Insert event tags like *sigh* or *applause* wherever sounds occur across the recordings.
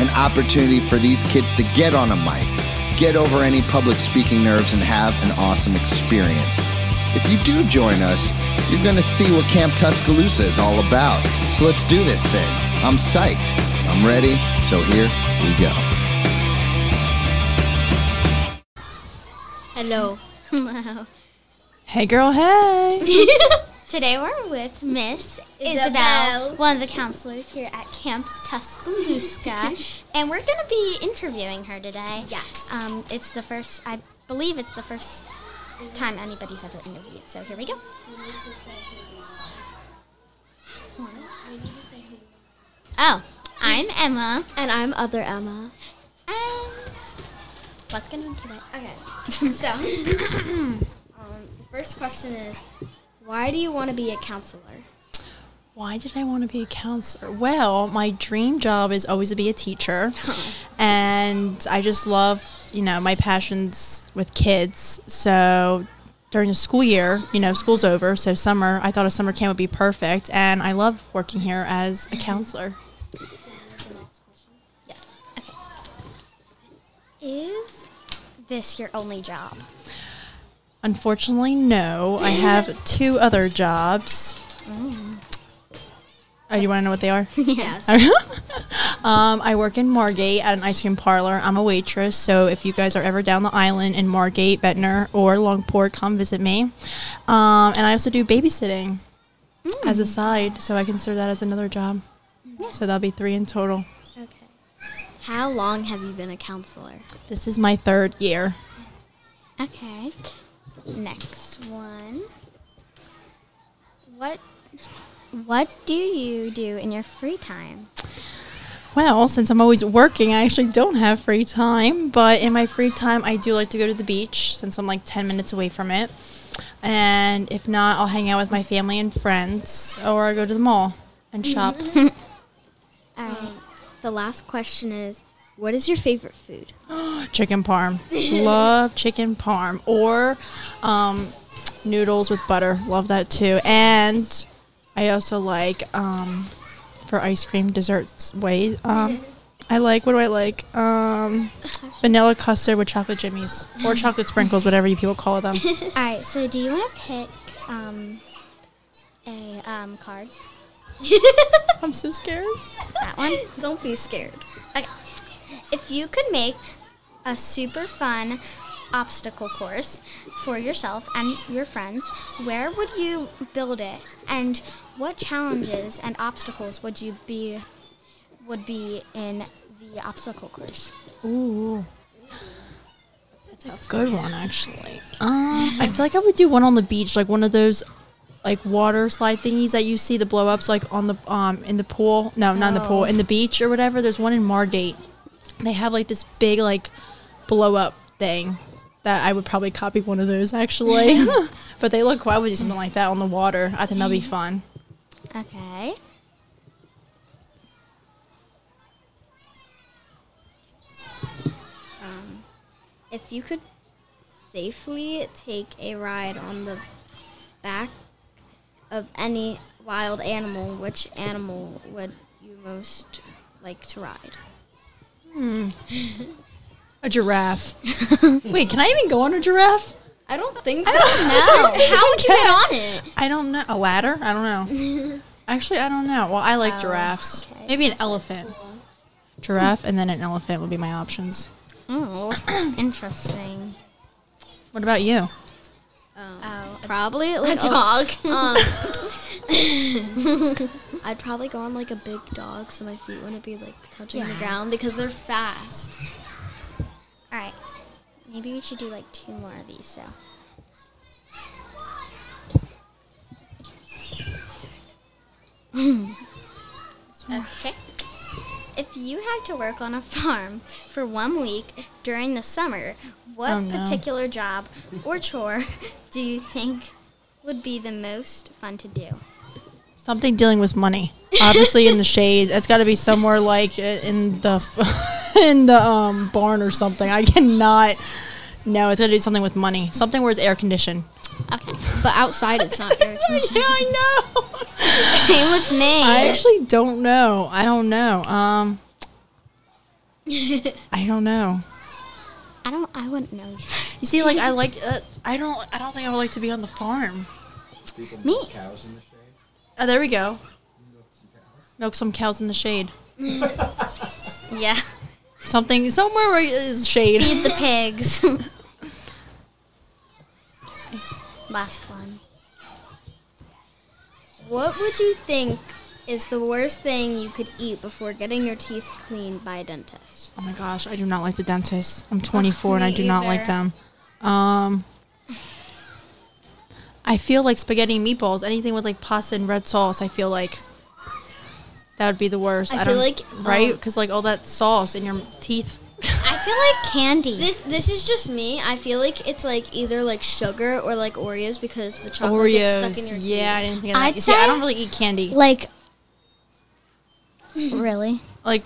An opportunity for these kids to get on a mic, get over any public speaking nerves, and have an awesome experience. If you do join us, you're going to see what Camp Tuscaloosa is all about. So let's do this thing. I'm psyched. I'm ready. So here we go. Hello. Hey girl, hey. Today we're with Miss Isabel, one of the counselors here at Camp *laughs* Tuscaloosa, and we're going to be interviewing her today. Yes. Um, it's the first, I believe it's the first time anybody's ever interviewed, so here we go. Oh, I'm Emma, And I'm other Emma. and let's get into it. Okay. *laughs* So, *coughs* um, the first question is why do you want to be a counselor? Why did I want to be a counselor? Well, my dream job is always to be a teacher. And I just love, you know, my passions with kids. So during the school year, you know, school's over. So summer, I thought a summer camp would be perfect. And I love working here as a counselor. Yes. Okay. Is this your *laughs* only job? Unfortunately, no. I have two other jobs. Oh, you want to know what they are? Yes. Um, I work in Margate at an ice cream parlor. I'm a waitress, so if you guys are ever down the island in Margate, Ventnor, or Longport, come visit me. Um, and I also do babysitting as a side, so I consider that as another job. So that'll be three in total. Okay. How long have you been a counselor? This is my third year. Okay. Next one. What what do you do in your free time? Well, since I'm always working, I actually don't have free time. But in my free time, I do like to go to the beach since I'm like 10 minutes away from it. And if not, I'll hang out with my family and friends or I go to the mall and shop. All right. Um, The last question is what is your favorite *laughs* food? chicken parm. Love chicken parm or um, noodles with butter. Love that too. And I also like um, for ice cream desserts. Wait, um, I like what do I like? Um, vanilla custard with chocolate jimmies or chocolate sprinkles, whatever you people call them. All right. So, do you want to pick um, a um, card? I'm so scared. That *laughs* one. Don't be scared. Okay. If you could make a super fun obstacle course for yourself and your friends, where would you build it? And what challenges and obstacles would you be would be in the obstacle course? Ooh. That's a good one, actually. Um, I feel like I would do one on the beach, like one of those, like water slide thingies that you see the blow ups, like on the um in the pool. No, not in the pool, in the beach or whatever. There's one in Margate. They have like this big like blow up thing that I would probably copy one of those actually. *laughs* but they look. Why would do something like that on the water? I think that'd be fun. Okay. Um, If you could safely take a ride on the back of any wild animal, which animal would you most like to ride? A giraffe. *laughs* Wait, can I even go on a giraffe? I don't think so. no. *laughs* How would you get on *laughs* it? I don't know. A ladder? I don't know. Actually, I don't know. Well, I like giraffes. Maybe an elephant. Giraffe and then an elephant would be my options. Oh, Mm, interesting. What about you? Oh, Um, Probably like a dog. *laughs* Um, I'd probably go on like a big dog, so my feet wouldn't be like touching the ground because they're fast. All right. Maybe we should do like two more of these. So. *laughs* okay. If you had to work on a farm for one week during the summer, what Oh, no. particular job or chore *laughs* do you think would be the most fun to do? Something dealing with money, obviously in the shade. That's got to be somewhere like i- in the *laughs* in the um, barn or something. I cannot. No, it's gonna do something with money. Something where it's air conditioned. Okay. But *laughs* outside, it's not *laughs* air yeah, conditioning. I know. Same with me. I actually don't know. I don't know. Um, I don't know. I don't. I wouldn't know. either. You see, like *laughs* I like. Uh, I don't. I don't think I would like to be on the farm. Me. Cows in the shade. Oh, there we go. Milk some cows in the shade. Yeah. Something somewhere where is shade. Feed the pigs. Last one. What would you think is the worst thing you could eat before getting your teeth cleaned by a dentist? Oh my gosh, I do not like the dentist. I'm 24 and I me do not like either. them. Um, I feel like spaghetti and meatballs, anything with like pasta and red sauce. I feel like that would be the worst. I I, feel don't like, right um, because like all that sauce in your teeth. I feel like candy. This this is just me. I feel like it's like either like sugar or like Oreos because the chocolate gets stuck in your teeth. yeah, I didn't think of that. I'd You see, I say- don't really eat candy. *laughs* like. really. Like,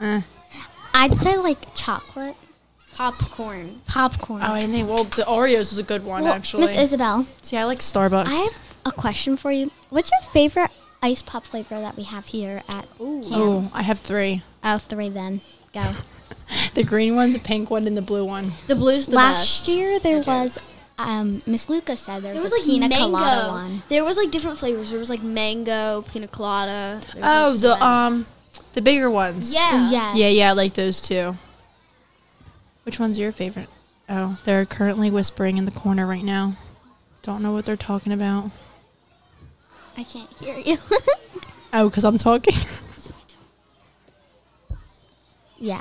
eh. I'd say like chocolate Popcorn. popcorn. oh, I didn't think. Well, the Oreos was a good one Well, actually. Miss Isabel, see, I like Starbucks. I have a question for you. What's your favorite ice pop flavor that we have here at camp? oh, I have three: Oh, three then. *laughs* Go. the green one, the pink one, and the blue one. The blue's the Last best. year there was, um, Miss Lucas said there There was, was a like pina mango. colada one. There was like different flavors. There was like mango, pina colada. There was, Oh, like, the some- um, the bigger ones. yeah. Yeah. Yeah, yeah, I like those two. Which one's your favorite? Oh, they're currently whispering in the corner right now. Don't know what they're talking about. I can't hear you. *laughs* Oh, because I'm talking. yeah.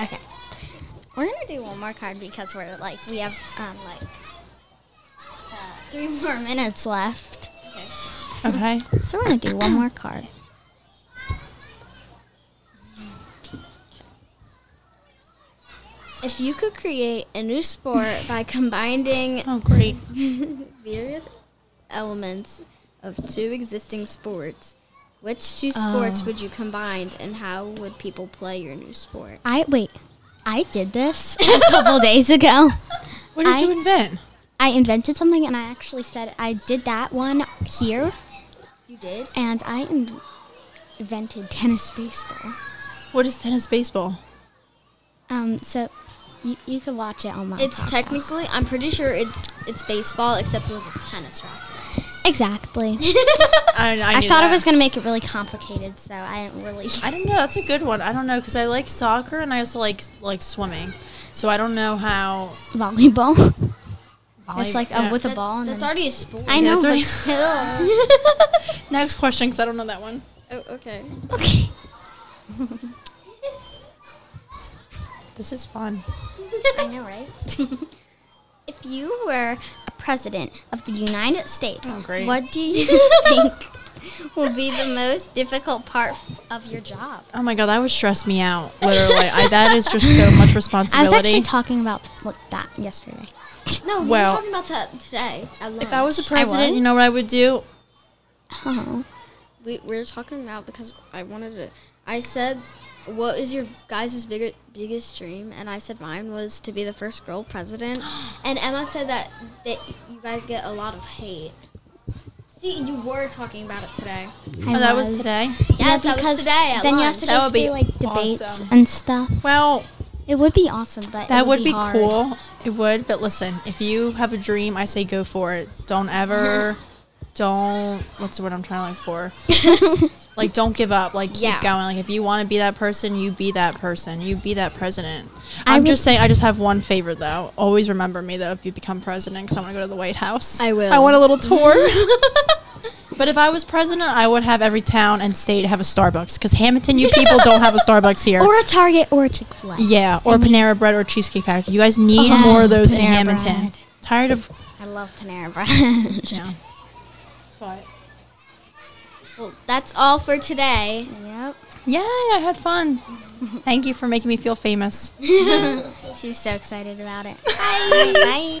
Okay. We're gonna do one more card because we're like we have um like uh, three *laughs* more minutes left. okay. So we're gonna do one more card. If you could create a new sport *laughs* by combining *laughs* Oh, great. various elements of two existing sports, which two Oh. sports would you combine and how would people play your new sport? I wait. I did this *laughs* a couple days ago. What did I- you invent? I invented something and I actually said I did that one here You did? and I in- invented tennis baseball. What is tennis baseball? Um so you, you could watch it online. It's technically, I'm pretty sure it's it's baseball except with a tennis racket. *laughs* exactly. I, I knew thought I that. was going to make it really complicated, so I didn't really *laughs* I don't know. That's a good one. I don't know because I like soccer and I also like like swimming. So I don't know how. volleyball. it's Volley- like yeah. a, with a ball and That's then, already a sport. I Yeah, know, it's but already- still. *laughs* Next question because I don't know that one. Oh, okay. *laughs* *laughs* okay. This is fun. I know, right? if you were a president of the United States, Oh, great. what do *laughs* you think will be the most difficult part f- of your job? Oh my god, that would stress me out. Literally, I, that is just so much *laughs* I was responsibility. actually talking about like, that yesterday. No, we Well, were talking about that today. at if I lunch. was a president, you was? know what I would do? Oh, we, we were talking about because I wanted to. I said, "What is your guys' bigger, biggest dream?" And I said mine was to be the first girl *gasps* president. and Emma said that that you guys get a lot of hate. See, you were talking about it today. I Oh, that was today. Yes, that was today at Then you have lunch. to That go would be through like debates awesome. and stuff. Well, It would be awesome, but that it would be, hard. cool. It would, but listen, if you have a dream, I say go for it. Don't ever, don't. What's the word I'm trying to look for? like, don't give up. Like, keep Yeah. going. Like, if you want to be that person, you be that person. You be that president. I I'm would- just saying. I just have one favor though. Always remember me though if you become president, because I want to go to the White House. I will. I want a little tour. But if I was president, I would have every town and state have a Starbucks because Hamilton, you people don't have a Starbucks here. Or a Target or a Chick Fil A. Yeah, or Panera Bread or Cheesecake Factory. You guys need Oh, more of those in Panera Hamilton. Bread. Tired of I love Panera Bread. *laughs* yeah. Well, that's all for today. yep. Yay, I had fun. Thank you for making me feel famous. She was so excited about it. *laughs* Bye. Bye.